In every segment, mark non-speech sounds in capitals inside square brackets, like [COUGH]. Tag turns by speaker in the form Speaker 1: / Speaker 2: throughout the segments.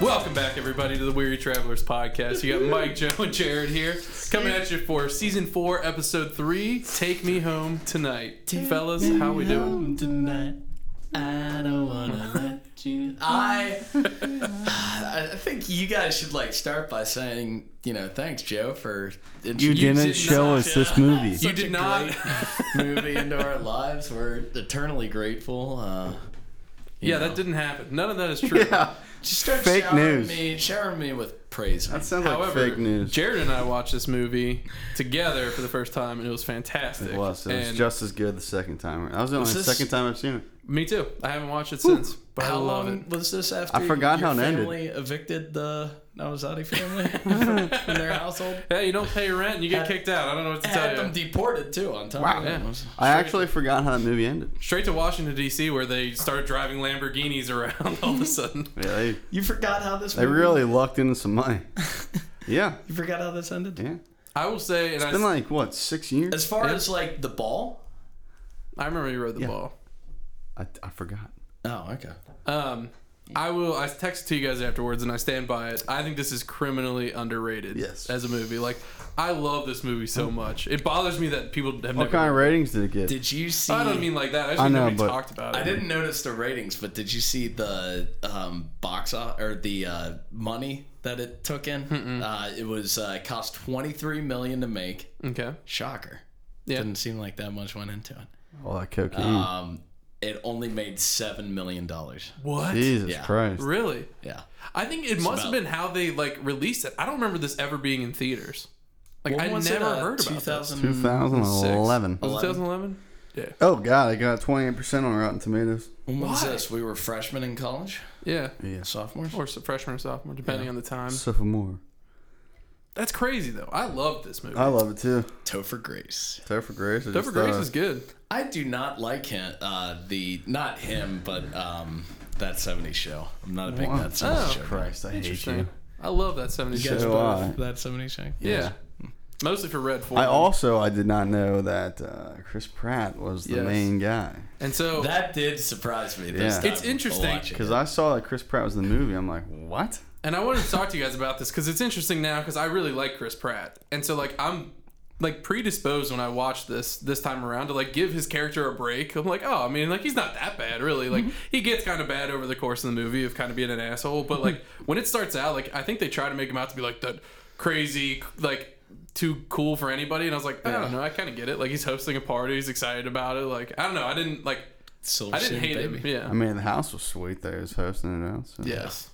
Speaker 1: Welcome back, everybody, to the Weary Travelers podcast. You got Mike, Joe, and Jared here coming at you for season four, episode three. Take me home tonight, fellas. How we doing?
Speaker 2: Home tonight. I don't [LAUGHS] wanna let you. I. [LAUGHS] I think you guys should like start by saying, you know, thanks Joe for
Speaker 3: You
Speaker 2: introducing
Speaker 3: didn't
Speaker 1: did
Speaker 3: show
Speaker 1: not-
Speaker 3: us this [LAUGHS] movie.
Speaker 1: You did not.
Speaker 2: [LAUGHS] the movie into our lives. We're eternally grateful. Uh, you
Speaker 1: yeah,
Speaker 2: know.
Speaker 1: that didn't happen. None of that is
Speaker 3: [LAUGHS]
Speaker 1: true.
Speaker 2: Just start
Speaker 3: Fake
Speaker 2: showering
Speaker 3: news.
Speaker 2: Me, showering me with praise.
Speaker 3: That sounds like
Speaker 1: However,
Speaker 3: fake news.
Speaker 1: Jared and I watched this movie together for the first time, and it was fantastic.
Speaker 3: It was. It was
Speaker 1: And
Speaker 3: just as good the second time. That was the only
Speaker 2: this-
Speaker 3: second time I've seen it.
Speaker 1: me too. I haven't watched it since, but I
Speaker 2: How
Speaker 1: love
Speaker 2: long
Speaker 1: it.
Speaker 2: was this after?
Speaker 3: I forgot
Speaker 2: your
Speaker 3: how it ended.
Speaker 2: family evicted the Nawazati
Speaker 3: [LAUGHS]
Speaker 2: family from their household.
Speaker 1: Hey, you don't pay rent and you get
Speaker 2: Had-
Speaker 1: kicked out. I don't know what to
Speaker 2: [LAUGHS] Had
Speaker 1: tell
Speaker 2: them
Speaker 1: you.
Speaker 2: deported too. On top
Speaker 3: Wow.
Speaker 2: of that,
Speaker 1: Yeah.
Speaker 3: I actually forgot how that movie ended.
Speaker 1: Straight to Washington D.C., where they started driving Lamborghinis around [LAUGHS] all of a sudden.
Speaker 3: Yeah, they,
Speaker 2: you forgot how this.
Speaker 3: they
Speaker 2: movie-
Speaker 3: really lucked into some money. Yeah,
Speaker 2: You forgot how this ended.
Speaker 3: yeah.
Speaker 1: I will say, and I,
Speaker 3: It's been like what six years?
Speaker 2: As far
Speaker 1: Yeah.
Speaker 2: as like the ball.
Speaker 1: I remember you rode the ball.
Speaker 3: I, I forgot.
Speaker 2: Oh, okay.
Speaker 1: Um, I will. I texted to you guys afterwards, and I stand by it. I think this is criminally underrated.
Speaker 3: Yes.
Speaker 1: as a movie, like I love this movie so much. It bothers me that people have
Speaker 3: What
Speaker 1: never.
Speaker 3: kind of ratings did it get?
Speaker 2: Did you see?
Speaker 1: I don't mean like that. I, just
Speaker 3: I
Speaker 1: mean
Speaker 3: know,
Speaker 1: nobody
Speaker 3: but-
Speaker 1: talked about it.
Speaker 2: I didn't notice the ratings, but did you see the um, box off, or the uh, money that it took in? Uh, it was uh, it cost twenty three million to make.
Speaker 1: Okay.
Speaker 2: Shocker.
Speaker 1: Yeah.
Speaker 2: Didn't seem like that much went into it.
Speaker 3: All that cocaine.
Speaker 2: Um, it only made seven million dollars.
Speaker 1: What?
Speaker 3: Jesus
Speaker 2: yeah.
Speaker 3: Christ.
Speaker 1: Really?
Speaker 2: Yeah.
Speaker 1: I think it must have
Speaker 2: about-
Speaker 1: been how they like released it. I don't remember this ever being in theaters. Like I never
Speaker 2: uh,
Speaker 1: heard about this.
Speaker 3: 2011.
Speaker 1: Was it 2011? Yeah.
Speaker 3: Oh God, I got 28% on Rotten Tomatoes.
Speaker 2: When was
Speaker 1: Why?
Speaker 2: this? We were freshmen in college,
Speaker 1: Yeah.
Speaker 2: sophomores.
Speaker 1: Or so- freshman or sophomore, depending on the time.
Speaker 3: Sophomore.
Speaker 1: That's crazy though. I love this movie.
Speaker 3: I love it too.
Speaker 2: Topher Grace.
Speaker 3: Topher Grace. is
Speaker 1: Topher
Speaker 3: just,
Speaker 1: Grace
Speaker 3: uh,
Speaker 1: is good.
Speaker 2: I do not like him. Uh, the not him, but um, that '70s show. I'm not a big that '70s
Speaker 1: Oh.
Speaker 2: show. guy.
Speaker 3: Christ, I hate you.
Speaker 1: Interesting. I love that 70s
Speaker 2: You guys
Speaker 3: So
Speaker 1: show.
Speaker 3: I.
Speaker 2: both that '70s show.
Speaker 1: Yeah. Mostly for Red Foreman.
Speaker 3: I also I did not know that uh, Chris Pratt was the
Speaker 1: Yes.
Speaker 3: main guy
Speaker 1: and so
Speaker 2: Oh, That did surprise me. This
Speaker 3: Yeah.
Speaker 2: time
Speaker 1: It's interesting,
Speaker 2: watching
Speaker 3: because
Speaker 2: it.
Speaker 3: I saw that Chris Pratt was in the movie. I'm like, what?
Speaker 1: and I wanted to talk to you guys about this because it's interesting now because I really like Chris Pratt, and so like I'm like predisposed when I watch this this time around to like give his character a break. I'm like, oh, I mean, like he's not that bad, really. Like he gets kind of bad over the course of the movie of kind of being an asshole, but like when it starts out, like I think they try to make him out to be like that crazy like. Too cool for anybody, and I was like, I don't know, I kind of get it. Like he's hosting a party, he's excited about it. Like I don't know, I didn't like,
Speaker 2: Silver
Speaker 1: I didn't
Speaker 2: City
Speaker 1: hate
Speaker 2: baby.
Speaker 1: him. Yeah,
Speaker 3: I mean, the house was sweet. They was hosting it out. So.
Speaker 1: yes,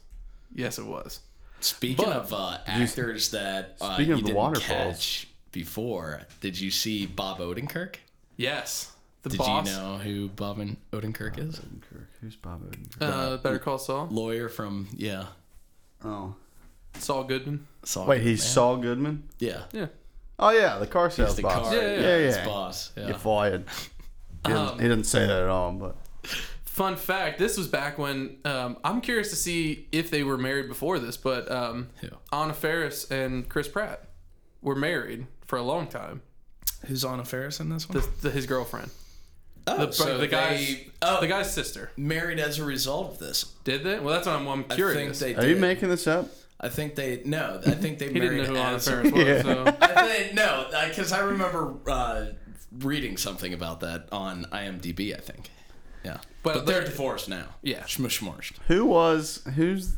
Speaker 1: yes, it was.
Speaker 2: Speaking
Speaker 1: But-
Speaker 2: of uh, actors that uh,
Speaker 3: Speaking
Speaker 2: you
Speaker 3: of the
Speaker 2: didn't
Speaker 3: waterfalls.
Speaker 2: catch before, did you see Bob Odenkirk?
Speaker 1: Yes, the
Speaker 2: Did
Speaker 1: boss.
Speaker 2: you know who Bob and Odenkirk is?
Speaker 3: Odenkirk. Who's Bob Odenkirk?
Speaker 1: Uh, Better Call Saul.
Speaker 2: Lawyer from yeah.
Speaker 3: oh,
Speaker 1: Saul Goodman.
Speaker 2: Saw
Speaker 3: wait,
Speaker 2: Good
Speaker 3: he's
Speaker 2: Man.
Speaker 3: Saul Goodman.
Speaker 2: yeah.
Speaker 1: Yeah.
Speaker 3: Oh yeah, the car sales
Speaker 2: He's the
Speaker 3: boss.
Speaker 2: car.
Speaker 1: Yeah,
Speaker 2: yeah,
Speaker 1: yeah,
Speaker 3: yeah.
Speaker 2: His boss. Um, Yeah.
Speaker 3: You're fired. He didn't, he didn't say that at all, but
Speaker 1: Fun fact: This was back when um, I'm curious to see if they were married before this, but
Speaker 2: [LAUGHS]
Speaker 1: um,
Speaker 2: Who?
Speaker 1: Anna Faris and Chris Pratt were married for a long time.
Speaker 2: Who's on a Ferris in this one?
Speaker 1: The, the, his girlfriend,
Speaker 2: oh,
Speaker 1: the,
Speaker 2: so
Speaker 1: the guy's,
Speaker 2: they oh,
Speaker 1: the guy's sister,
Speaker 2: married as a result of this.
Speaker 1: did they? Well, that's what I'm, I'm
Speaker 2: I think
Speaker 1: curious.
Speaker 2: they.
Speaker 3: are
Speaker 2: did.
Speaker 3: you making this up?
Speaker 2: I think they. No, I think
Speaker 1: [LAUGHS]
Speaker 2: they
Speaker 1: he
Speaker 2: married
Speaker 1: didn't know who Anna
Speaker 2: as.
Speaker 1: Faris was.
Speaker 3: Yeah.
Speaker 1: So.
Speaker 2: [LAUGHS] I think, no, because I remember uh, reading something about that on IMDb. I think. Yeah,
Speaker 1: But
Speaker 2: but, they're
Speaker 1: the-
Speaker 2: divorced now.
Speaker 1: Yeah.
Speaker 2: Shmush morshed.
Speaker 3: Who was who's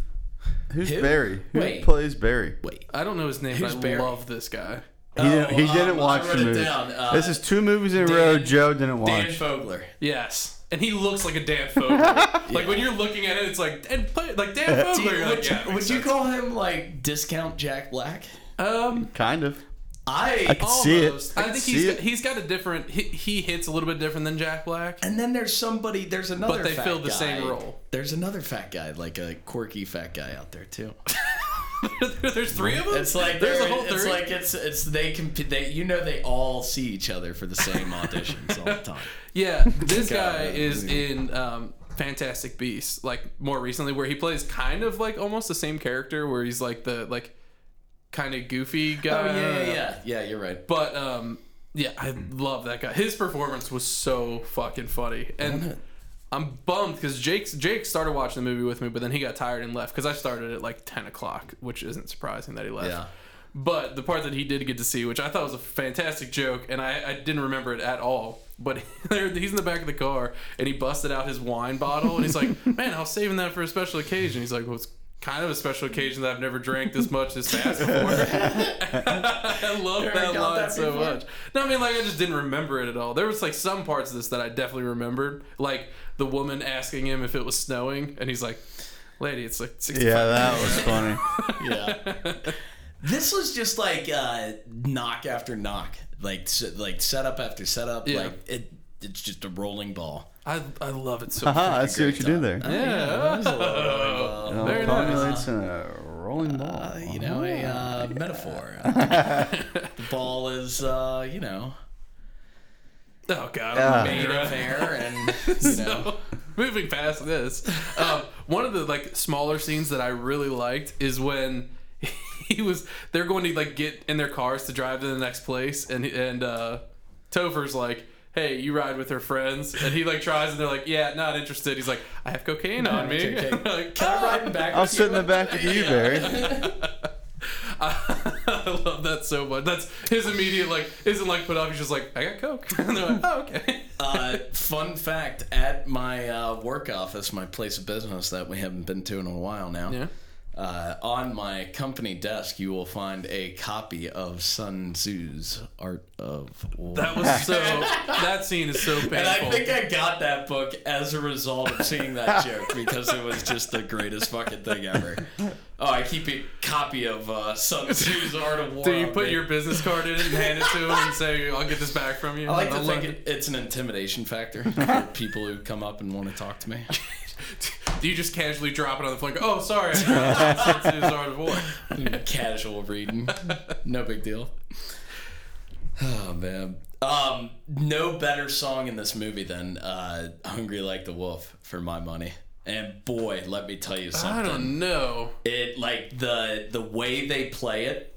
Speaker 3: who's
Speaker 2: Who?
Speaker 3: Barry? Who
Speaker 2: Wait.
Speaker 3: plays Barry?
Speaker 2: Wait.
Speaker 1: I don't know his name,
Speaker 2: Who's
Speaker 1: but I
Speaker 2: Barry?
Speaker 1: love this guy.
Speaker 3: He didn't,
Speaker 2: Oh,
Speaker 3: he didn't
Speaker 2: um,
Speaker 3: watch the movie. this is two movies in a row. Joe didn't watch.
Speaker 2: Uh, Dan Fogler.
Speaker 1: Yes, and he looks like a Dan Fogler. Like when you're looking at it, it's like Dan, like Dan Fogler.
Speaker 2: Dude,
Speaker 1: You're
Speaker 2: would,
Speaker 1: like, yeah,
Speaker 2: you,
Speaker 1: makes
Speaker 2: would you
Speaker 1: sense.
Speaker 2: call him like discount Jack Black?
Speaker 1: Um,
Speaker 3: Kind of.
Speaker 2: I,
Speaker 3: could see it.
Speaker 1: almost. I,
Speaker 3: I can
Speaker 1: think
Speaker 3: see
Speaker 1: he's got,
Speaker 3: it.
Speaker 1: he's got a different. He, he hits a little bit different than Jack Black. [LAUGHS]
Speaker 2: and then there's somebody. There's another.
Speaker 1: But they
Speaker 2: fat
Speaker 1: filled the same
Speaker 2: guy.
Speaker 1: role.
Speaker 2: There's another fat guy, like a quirky fat guy out there too.
Speaker 1: There's three of them.
Speaker 2: It's like
Speaker 1: there's a
Speaker 2: they're-
Speaker 1: whole
Speaker 2: It's
Speaker 1: three.
Speaker 2: like it's it's they compete. They you know they all see each other for the same auditions all the
Speaker 1: [LAUGHS]
Speaker 2: time.
Speaker 1: yeah, this guy
Speaker 2: [LAUGHS] God.
Speaker 1: is in um, Fantastic Beasts, like more recently, where he plays kind of like almost the same character, where he's like the like kind of goofy guy.
Speaker 2: Oh yeah, yeah, yeah. Yeah, Uh, you're right.
Speaker 1: But um, Yeah, I love that guy. His performance was so fucking funny, and I'm bummed because Jake's Jake started watching the movie with me, but then he got tired and left because I started at like 10 o'clock, which isn't surprising that he left.
Speaker 2: Yeah.
Speaker 1: But the part that he did get to see, which I thought was a fantastic joke, and I, I didn't remember it at all. But [LAUGHS] there, he's in the back of the car, and he busted out his wine bottle, and he's like, "Man, I was saving that for a special occasion." He's like, "Well, it's kind of a special occasion that I've never drank this much this fast before." I love that
Speaker 2: got
Speaker 1: line
Speaker 2: that
Speaker 1: so
Speaker 2: before.
Speaker 1: much. No, I mean, like, I just didn't remember it at all. There was like some parts of this that I definitely remembered, like the woman asking him if it was snowing, and he's like, "Lady, it's like 65
Speaker 3: Yeah, that was funny. [LAUGHS]
Speaker 2: yeah. [LAUGHS] This was just like uh, knock after knock, like s- like setup after setup.
Speaker 1: Yeah.
Speaker 2: Like it, it's just a
Speaker 1: [LAUGHS]
Speaker 2: rolling ball.
Speaker 1: I, I love it so
Speaker 3: Haha,
Speaker 1: much.
Speaker 3: Uh-huh. I see what you did there.
Speaker 2: Oh,
Speaker 1: Yeah.
Speaker 2: that was a little rolling ball.
Speaker 3: It all
Speaker 1: Very nice.
Speaker 3: culminates in a rolling ball.
Speaker 2: Uh, you know, a uh,
Speaker 1: [LAUGHS]
Speaker 2: metaphor. the ball is, uh, you know,
Speaker 1: Oh god,
Speaker 3: Yeah.
Speaker 1: I'm
Speaker 2: made
Speaker 1: made
Speaker 2: of
Speaker 1: up.
Speaker 2: air
Speaker 1: [LAUGHS]
Speaker 2: and, [LAUGHS] you know.
Speaker 1: So, [LAUGHS] moving past this, um, one of the like smaller scenes that I really liked is when [LAUGHS] he was they're going to like get in their cars to drive to the next place, and and uh, Topher's like. Hey, you ride with her friends, and he like tries, and they're like, "Yeah, not interested." He's like, "I have cocaine on me."
Speaker 2: Okay.
Speaker 1: [LAUGHS] Like,
Speaker 2: Can I ride in back?
Speaker 3: I'll
Speaker 2: with
Speaker 3: sit in
Speaker 2: you?
Speaker 3: the back of you, Barry.
Speaker 1: I love that so much. That's his immediate like isn't like put off. He's just like, "I got coke," [LAUGHS] and they're like, "Oh,
Speaker 2: [LAUGHS]
Speaker 1: okay."
Speaker 2: Uh, fun fact: at my uh, work office, my place of business that we haven't been to in a while now,
Speaker 1: Yeah.
Speaker 2: uh, on my company desk, you will find a copy of Sun Tzu's Art of War.
Speaker 1: That
Speaker 2: [LAUGHS]
Speaker 1: was so. that scene is so painful.
Speaker 2: and I think I got that book as a result of seeing that
Speaker 1: [LAUGHS]
Speaker 2: joke because it was just the greatest fucking thing ever. Oh, I keep a copy of uh, Sun Tzu's Art of War.
Speaker 1: Do you
Speaker 2: on
Speaker 1: put
Speaker 2: me.
Speaker 1: your business card in it and hand it to him and say, "I'll get this back from you"?
Speaker 2: [LAUGHS] I like to
Speaker 1: love
Speaker 2: think it, it's an
Speaker 1: [LAUGHS]
Speaker 2: intimidation factor for people who come up and want to talk to me.
Speaker 1: it. [LAUGHS] Do you just casually drop it on the floor? And go, oh, sorry. It's Art of War.
Speaker 2: [LAUGHS] casual reading. No big deal. Oh man. Um, no better song in this movie than uh, "Hungry Like the Wolf" for my money. And boy, let me tell you
Speaker 1: I
Speaker 2: something.
Speaker 1: don't know.
Speaker 2: It like the the way they play it.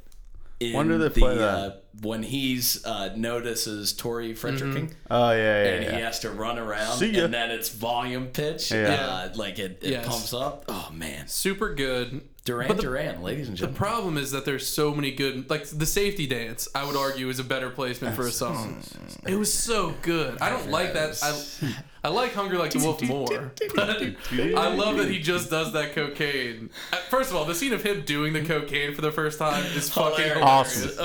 Speaker 2: In
Speaker 3: When do they
Speaker 2: the,
Speaker 3: play
Speaker 2: Uh, when he's uh, notices Tori Frederick
Speaker 1: Mm-hmm.
Speaker 3: Oh yeah,
Speaker 2: and
Speaker 3: yeah,
Speaker 2: he
Speaker 3: yeah.
Speaker 2: has to run around,
Speaker 3: See ya.
Speaker 2: and then it's volume pitch.
Speaker 3: Yeah.
Speaker 2: Uh, like it, it
Speaker 1: Yes.
Speaker 2: pumps up. Oh man,
Speaker 1: Super good.
Speaker 2: Duran Duran, ladies and gentlemen.
Speaker 1: Problem is that there's so many good, like the safety dance. I would argue is a better placement for a song. It was so good. I don't like that. I, I like "Hungry Like the Wolf" more. but [LAUGHS] I love that he just does that cocaine. Uh, First of all, the scene of him doing the cocaine for the first time is fucking
Speaker 2: Hilarious.
Speaker 1: hilarious.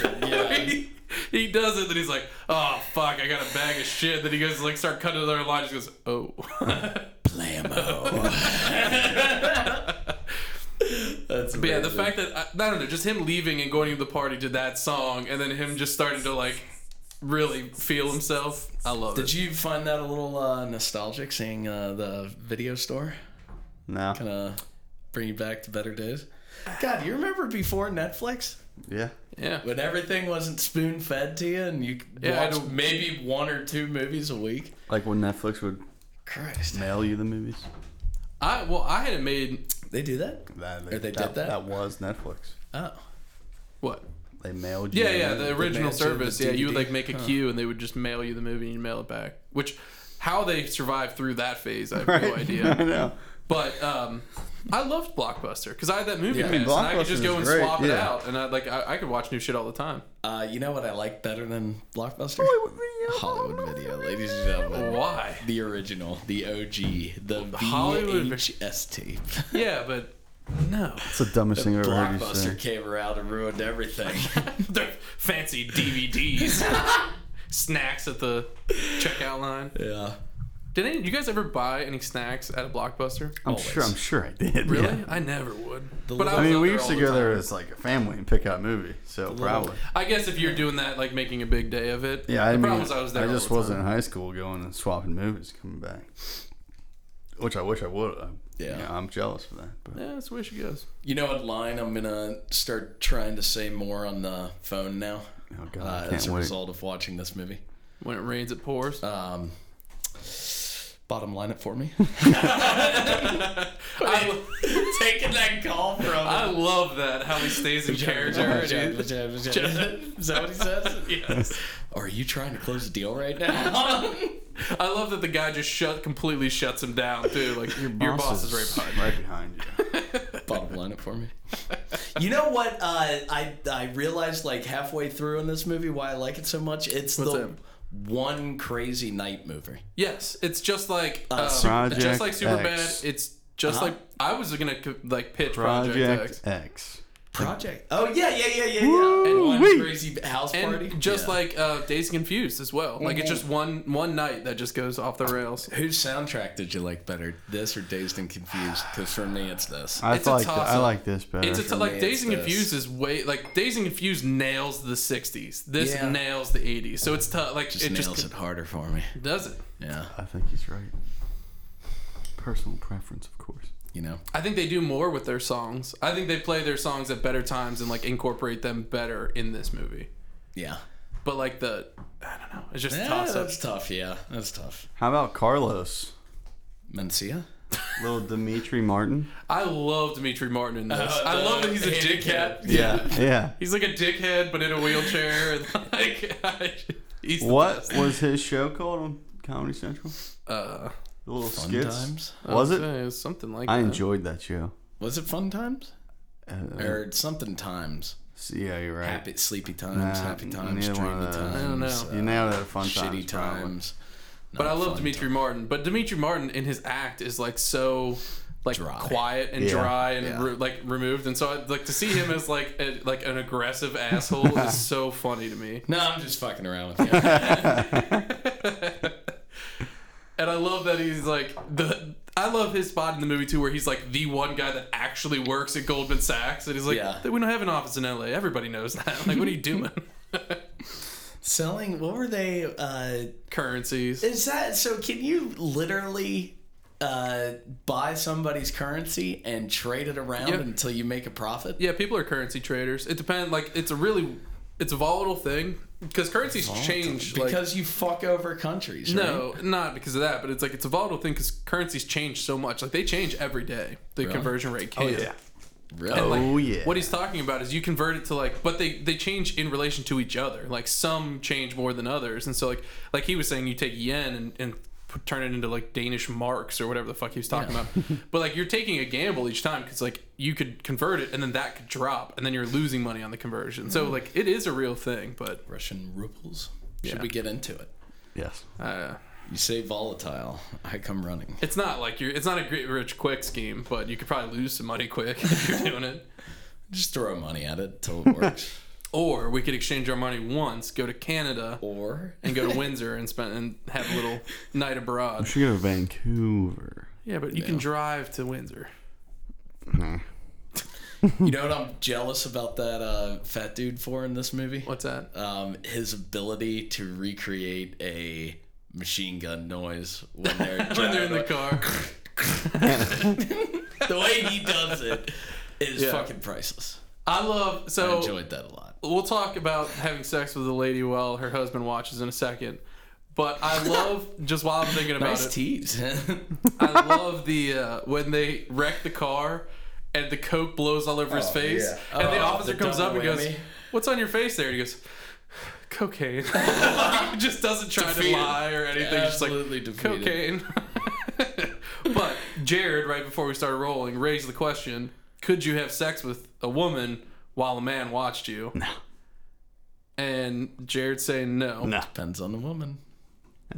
Speaker 3: Awesome.
Speaker 2: Amazing. Yeah.
Speaker 1: he, [LAUGHS] he does it, then he's like, "Oh fuck, I got a bag of shit." Then he goes like, start cutting another line. Just goes, "Oh." [LAUGHS]
Speaker 2: Blammo. That's
Speaker 1: But yeah, the fact that I, I don't know, just him leaving and going to the party to that song, and then him just starting to like really feel himself. I love
Speaker 2: Did
Speaker 1: it.
Speaker 2: you find that a little uh, nostalgic seeing uh, the video store?
Speaker 3: No.
Speaker 2: Kind of bring you back to better days. God, you remember before Netflix
Speaker 3: Yeah.
Speaker 1: yeah,
Speaker 2: when everything wasn't spoon fed to you and you
Speaker 1: Yeah, I
Speaker 2: watched
Speaker 1: don't-
Speaker 2: maybe one or two movies a week?
Speaker 3: Like when Netflix would
Speaker 2: Christ.
Speaker 3: mail you the movies.
Speaker 1: I well, I had it made
Speaker 2: They do that?
Speaker 3: That,
Speaker 2: Or they did that?
Speaker 3: That was Netflix.
Speaker 2: Oh.
Speaker 1: what?
Speaker 3: They mailed you.
Speaker 1: Yeah, yeah, the original
Speaker 2: mansion,
Speaker 1: service.
Speaker 2: the
Speaker 1: Yeah, you would
Speaker 2: DVD.
Speaker 1: like make a queue, and they would just mail you the movie, and you mail it back. Which, how they survived through that phase, I have
Speaker 3: [LAUGHS]
Speaker 1: no idea. [LAUGHS]
Speaker 3: I know.
Speaker 1: But um, I loved Blockbuster because I had that movie
Speaker 2: Yeah. I
Speaker 1: pass,
Speaker 2: mean,
Speaker 1: and I could
Speaker 3: Blockbuster
Speaker 1: just go
Speaker 3: is
Speaker 1: and
Speaker 3: great,
Speaker 1: swap it
Speaker 3: yeah.
Speaker 1: out, and I like I, I could watch new shit all the time.
Speaker 2: Uh, you know what I like better than Blockbuster? Hollywood video, ladies and gentlemen.
Speaker 1: Why?
Speaker 2: The original, the OG, the
Speaker 1: Hollywood-
Speaker 2: VHS [LAUGHS] tape.
Speaker 1: Yeah, but no, [LAUGHS]
Speaker 3: It's the dumbest thing I've ever heard you say.
Speaker 2: Blockbuster came around and ruined everything.
Speaker 1: they're fancy DVDs, [LAUGHS] snacks at the checkout line.
Speaker 2: yeah.
Speaker 1: Did any, you guys ever buy any snacks at a Blockbuster?
Speaker 3: I'm sure. I'm sure I did.
Speaker 1: Really?
Speaker 3: Yeah.
Speaker 1: I never would.
Speaker 2: little-
Speaker 1: was
Speaker 3: [LAUGHS] I mean,
Speaker 1: out
Speaker 3: we
Speaker 1: there
Speaker 3: used
Speaker 1: all
Speaker 3: to
Speaker 1: the
Speaker 3: go
Speaker 1: time.
Speaker 3: there as like a family and pick out a movie. So probably.
Speaker 1: I guess if you're doing that, like making a big day of it.
Speaker 3: Yeah, I
Speaker 1: the
Speaker 3: mean,
Speaker 1: problem is I was there. all the
Speaker 3: just
Speaker 1: time.
Speaker 3: wasn't in high school going and swapping movies, coming back. Which I wish I would. I,
Speaker 2: Yeah.
Speaker 3: you know, I'm jealous for that. But
Speaker 1: Yeah, that's where she goes.
Speaker 2: You know what line I'm gonna start trying to say more on the phone now?
Speaker 3: oh god,
Speaker 2: Uh,
Speaker 3: I
Speaker 2: as
Speaker 3: can't
Speaker 2: a
Speaker 3: wait. Uh,
Speaker 2: result of watching this movie.
Speaker 1: When it rains, it pours.
Speaker 2: Um, Bottom line it for me.
Speaker 1: [LAUGHS]
Speaker 3: [LAUGHS]
Speaker 1: I,
Speaker 2: Taking that call from.
Speaker 1: I love that how he
Speaker 2: [LAUGHS]
Speaker 1: stays in [LAUGHS] character. and-
Speaker 2: Is that what he says?
Speaker 1: Yes.
Speaker 2: Are you trying to close a deal
Speaker 1: [LAUGHS]
Speaker 2: right now?
Speaker 1: I love that the guy just shut completely shuts him down too. Like your, your boss is right
Speaker 3: [LAUGHS]
Speaker 1: behind.
Speaker 3: right behind you.
Speaker 2: Bottom line it for me. [LAUGHS] You know what? Uh, I I realized like halfway through in this movie why I like it so much. It's the
Speaker 1: that?
Speaker 2: one crazy night [LAUGHS] movie.
Speaker 1: Yes, it's just like uh,
Speaker 3: Project
Speaker 1: just like Superbad.
Speaker 3: X.
Speaker 1: It's just
Speaker 2: Uh-huh.
Speaker 1: like I was gonna co- like pitch [LAUGHS] Project, X.
Speaker 3: Project X.
Speaker 2: Project. Oh yeah, yeah, yeah, yeah, yeah. And
Speaker 3: Woo-wee.
Speaker 2: one crazy house
Speaker 1: And
Speaker 2: party.
Speaker 1: just
Speaker 2: Yeah.
Speaker 1: like
Speaker 2: Mm-hmm.
Speaker 1: uh, Days and Confused as well. Like it's just one one night that just goes off the rails.
Speaker 2: Whose soundtrack did you like better, this or Dazed and Confused? Because for me, it's this.
Speaker 3: I
Speaker 1: It's a
Speaker 3: like that. I
Speaker 1: toss-up.
Speaker 3: like this better.
Speaker 1: It's a t-
Speaker 2: me,
Speaker 1: like Days
Speaker 2: it's
Speaker 1: and
Speaker 2: this.
Speaker 1: Confused is way like Days and Confused nails the '60s. This
Speaker 2: Yeah.
Speaker 1: nails the '80s. So it's tough. Like
Speaker 2: just
Speaker 1: it
Speaker 2: nails
Speaker 1: just
Speaker 2: it harder for me.
Speaker 1: does it.
Speaker 2: Yeah,
Speaker 3: I think he's right. Personal preference, of course.
Speaker 2: you know.
Speaker 1: I think they do more with their songs. I think they play their songs at better times and like incorporate them better in this movie.
Speaker 2: Yeah.
Speaker 1: But like the I don't know. It's just a
Speaker 2: Yeah,
Speaker 1: toss up.
Speaker 2: that's tough. Yeah, that's tough.
Speaker 3: How about Carlos?
Speaker 2: Mencia.
Speaker 3: Little Dimitri
Speaker 1: [LAUGHS]
Speaker 3: Martin.
Speaker 1: I love Dimitri Martin in this.
Speaker 2: Uh,
Speaker 1: I
Speaker 2: the
Speaker 1: love that he's a
Speaker 2: handicap.
Speaker 1: dickhead.
Speaker 3: [LAUGHS] Yeah.
Speaker 1: He's like a dickhead, but in a wheelchair.
Speaker 2: [LAUGHS]
Speaker 1: And like, I, he's the
Speaker 3: What
Speaker 1: best.
Speaker 3: was his show called on Comedy Central?
Speaker 1: Uh,
Speaker 3: The little
Speaker 2: Fun
Speaker 3: skits.
Speaker 2: times.
Speaker 3: Was
Speaker 1: I'd
Speaker 3: it?
Speaker 1: say was something like
Speaker 3: I
Speaker 1: that.
Speaker 3: enjoyed that show.
Speaker 2: Was it fun times
Speaker 3: Uh,
Speaker 2: or something times?
Speaker 3: so yeah, you're right.
Speaker 2: Happy sleepy times,
Speaker 3: Nah,
Speaker 2: happy times,
Speaker 3: neither one
Speaker 2: dreamy
Speaker 3: of
Speaker 2: times. uh,
Speaker 3: those.
Speaker 1: I don't know.
Speaker 3: You nailed it. Fun
Speaker 2: Shitty
Speaker 3: times. probably.
Speaker 2: times.
Speaker 1: But I
Speaker 2: Not
Speaker 1: love
Speaker 2: fun
Speaker 1: Dimitri Martin. But Dimitri Martin in his act is like so like
Speaker 2: Dry.
Speaker 1: quiet and
Speaker 3: Yeah.
Speaker 1: dry and
Speaker 2: Yeah.
Speaker 1: re- like removed. And so I like to see him as like a, like an
Speaker 3: [LAUGHS]
Speaker 1: aggressive asshole is so funny to me.
Speaker 2: [LAUGHS] No, I'm just fucking around with you. [LAUGHS]
Speaker 1: And I love that he's like the. I love his spot in the movie too, where he's like the one guy that actually works at Goldman Sachs, and he's like,
Speaker 2: Yeah.
Speaker 1: "We don't have an office in L.A. Everybody knows that. Like, what are you doing? [LAUGHS]
Speaker 2: Selling. What were they? Uh,
Speaker 1: Currencies.
Speaker 2: is that so? Can you literally? Uh, buy somebody's currency and trade it around
Speaker 1: Yep.
Speaker 2: until you make a profit.
Speaker 1: Yeah, people are currency traders. It depends. Like, it's a really, it's a volatile thing because currencies change. Like,
Speaker 2: because you fuck over countries. Right?
Speaker 1: no, not because of that, but it's like it's a volatile thing because currencies change so much. Like, they change every day. The conversion rate can.
Speaker 3: yeah.
Speaker 2: really.
Speaker 1: And, like,
Speaker 3: Oh, yeah.
Speaker 1: What he's talking about is you convert it to like, but they they change in relation to each other. Like some change more than others, and so like like he was saying, you take yen and and p- turn it into like Danish marks or whatever the fuck he was talking
Speaker 3: [LAUGHS]
Speaker 1: about. but like you're taking a gamble each time because like you could convert it and then that could drop and then you're losing money on the conversion.
Speaker 3: Mm.
Speaker 1: So like it is a real thing, but
Speaker 2: Russian rubles. Should
Speaker 1: Yeah.
Speaker 2: we get into it?
Speaker 3: Yes.
Speaker 1: uh,
Speaker 2: You say volatile, I come [LAUGHS] running.
Speaker 1: it's not like you're it's not a great rich quick scheme, but you could probably lose some money quick [LAUGHS] if you're doing it.
Speaker 2: Just throw money at it till [LAUGHS] it works.
Speaker 1: Or we could exchange our money once, go to Canada.
Speaker 2: or
Speaker 1: and go to Windsor and spend and have a [LAUGHS] little night abroad.
Speaker 3: We should go to Vancouver. [LAUGHS]
Speaker 1: Yeah, but you can drive to Windsor.
Speaker 2: you know what I'm jealous about that uh, fat dude for in this movie?
Speaker 1: What's that?
Speaker 2: Um, his ability to recreate a machine gun noise when they're
Speaker 1: [LAUGHS] When they're in the
Speaker 2: driving.
Speaker 1: car.
Speaker 2: the way he does it is
Speaker 1: Yeah.
Speaker 2: fucking priceless.
Speaker 1: [LAUGHS] I love
Speaker 2: I
Speaker 1: so
Speaker 2: enjoyed that a lot.
Speaker 1: we'll talk about having sex with a lady while her husband watches in a second. But I [LAUGHS] love just while I'm thinking about
Speaker 2: Nice
Speaker 1: it,
Speaker 2: tease. [LAUGHS]
Speaker 1: I love the uh, when they wreck the car and the coke blows all over his face,
Speaker 2: yeah.
Speaker 1: and the
Speaker 2: Oh,
Speaker 1: officer
Speaker 2: the
Speaker 1: comes up and
Speaker 2: double
Speaker 1: goes,
Speaker 2: whammy.
Speaker 1: "What's on your face there?" And he goes,
Speaker 2: [LAUGHS]
Speaker 1: "Cocaine." [LAUGHS] He just doesn't try
Speaker 2: Defeated.
Speaker 1: to lie or anything. Just like
Speaker 2: Absolutely defeated.
Speaker 1: cocaine. [LAUGHS] but Jared, right before we started rolling, raised the question: Could you have sex with a woman while a man watched you? No. And Jared saying no.
Speaker 3: No.
Speaker 2: Depends on the woman.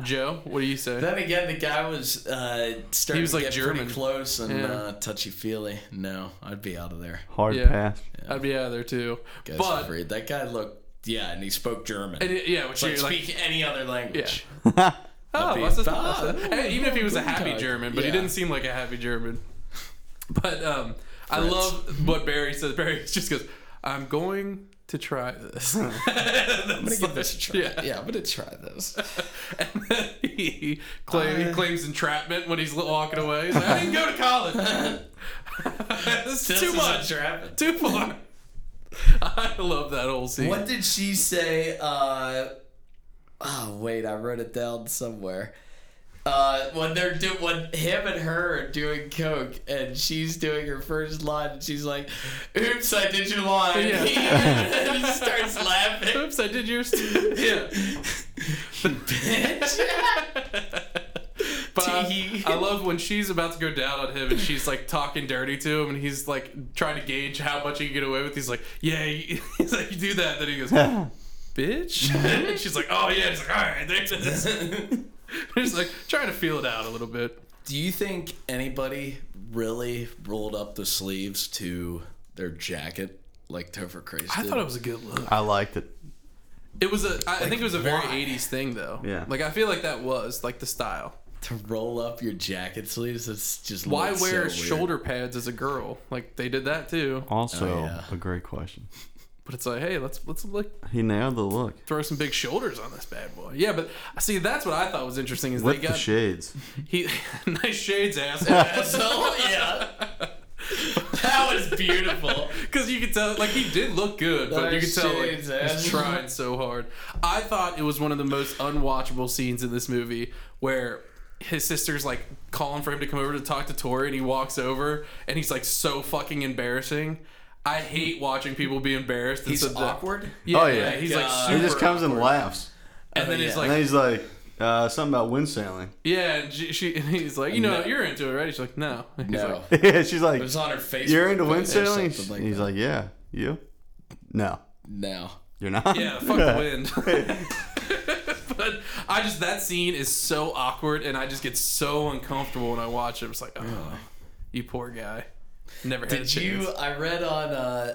Speaker 1: Joe, what do you say?
Speaker 2: Then again, the guy was uh, starting
Speaker 1: He was,
Speaker 2: to
Speaker 1: like,
Speaker 2: get
Speaker 1: German.
Speaker 2: pretty close and
Speaker 1: Yeah.
Speaker 2: uh, touchy feely. No, I'd be out of there.
Speaker 3: Hard
Speaker 1: Yeah.
Speaker 3: pass.
Speaker 1: I'd be out of there too.
Speaker 2: Guys
Speaker 1: but
Speaker 2: afraid. that guy looked, yeah, and he spoke German.
Speaker 1: and, yeah, which
Speaker 2: like,
Speaker 1: you're like,
Speaker 2: speak any other language.
Speaker 1: Oh,
Speaker 2: be-
Speaker 1: that's just-
Speaker 2: Ah,
Speaker 1: that's-
Speaker 2: oh,
Speaker 1: even if he was a
Speaker 2: good
Speaker 1: happy
Speaker 2: talk.
Speaker 1: German, but he
Speaker 2: Yeah.
Speaker 1: didn't seem like a happy German. But um, I love what Barry says. Barry just goes, "I'm going to try this." [LAUGHS]
Speaker 2: [LAUGHS] I'm gonna give this a try.
Speaker 1: Yeah.
Speaker 2: Yeah. I'm gonna try [LAUGHS] this.
Speaker 1: and then he, claim, he claims entrapment when he's walking away. He's like, "I didn't go to
Speaker 2: [LAUGHS]
Speaker 1: college. this is
Speaker 2: This
Speaker 1: too
Speaker 2: is
Speaker 1: much,
Speaker 2: entrapment.
Speaker 1: too far." [LAUGHS] I love that whole scene.
Speaker 2: What did she say? Uh, oh wait, I wrote it down somewhere. Uh, when they're do when him and her are doing coke and she's doing her first line and she's like, "Oops, I did your line."
Speaker 1: Yeah.
Speaker 2: [LAUGHS] and he starts laughing.
Speaker 1: Oops, I did
Speaker 2: [LAUGHS]
Speaker 1: yours. too. yeah. But I,
Speaker 2: Tee.
Speaker 1: I love when she's about to go down on him and she's like talking dirty to him and he's like trying to gauge how much he can get away with. He's like, yeah, you- [LAUGHS] he's like, you do that. Then he goes, bitch. [LAUGHS] and she's like, oh yeah. He's like, all right, there it is. [LAUGHS] He's like trying to feel it out a little bit.
Speaker 2: Do you think anybody really rolled up the sleeves to their jacket like Topher Grace
Speaker 1: I
Speaker 2: did?
Speaker 1: thought it was a good look.
Speaker 3: I liked it.
Speaker 1: It was a. I I think it was a very
Speaker 2: why?
Speaker 1: '80s thing though.
Speaker 3: Yeah.
Speaker 1: Like I feel like that was like the style.
Speaker 2: to roll up your jacket sleeves. It's just
Speaker 1: Why
Speaker 2: looks
Speaker 1: wear
Speaker 2: so weird. [LAUGHS]
Speaker 1: shoulder pads as a girl? Like they did that too.
Speaker 3: Also,
Speaker 2: Oh, yeah.
Speaker 3: a great question.
Speaker 1: But it's like, hey, let's let's like
Speaker 3: He nailed the look
Speaker 1: throw some big shoulders on this bad boy. Yeah, but see, that's what I thought was interesting is
Speaker 3: with
Speaker 1: they
Speaker 3: the
Speaker 1: got
Speaker 3: shades.
Speaker 1: he [LAUGHS] nice shades
Speaker 2: [LAUGHS]
Speaker 1: ass
Speaker 2: So yeah, that was beautiful.
Speaker 1: because you could tell like he did look good, but you could
Speaker 2: Nice
Speaker 1: tell like,
Speaker 2: shades, ass.
Speaker 1: he's trying so hard. I thought it was one of the most unwatchable scenes in this movie where. His sister's like calling for him to come over to talk to Tori, and he walks over, and he's like so fucking embarrassing. I hate watching people be embarrassed. and
Speaker 2: He's
Speaker 1: so that-
Speaker 2: awkward.
Speaker 1: Yeah,
Speaker 3: Oh,
Speaker 1: yeah.
Speaker 3: yeah.
Speaker 1: he's like
Speaker 2: God.
Speaker 1: super.
Speaker 3: He just comes and laughs,
Speaker 1: and then he's
Speaker 2: yeah.
Speaker 1: like,
Speaker 3: and then he's like, uh, something about wind sailing. [LAUGHS]
Speaker 1: yeah, and she, she, and he's like, you know,
Speaker 2: No.
Speaker 1: you're into it, right? She's like, no. He's like,
Speaker 2: No,
Speaker 3: Yeah, she's like,
Speaker 2: it was on her face.
Speaker 3: "You're into wind
Speaker 2: wind
Speaker 3: sailing?" he's like, "Yeah, you." No,
Speaker 2: no.
Speaker 3: you're not.
Speaker 1: Yeah, fuck
Speaker 3: [LAUGHS]
Speaker 1: the wind. [LAUGHS] but I just that scene is so awkward, and I just get so uncomfortable when I watch it. It's like, oh, you poor guy. Never had a
Speaker 2: Did you?
Speaker 1: chance.
Speaker 2: I read on uh,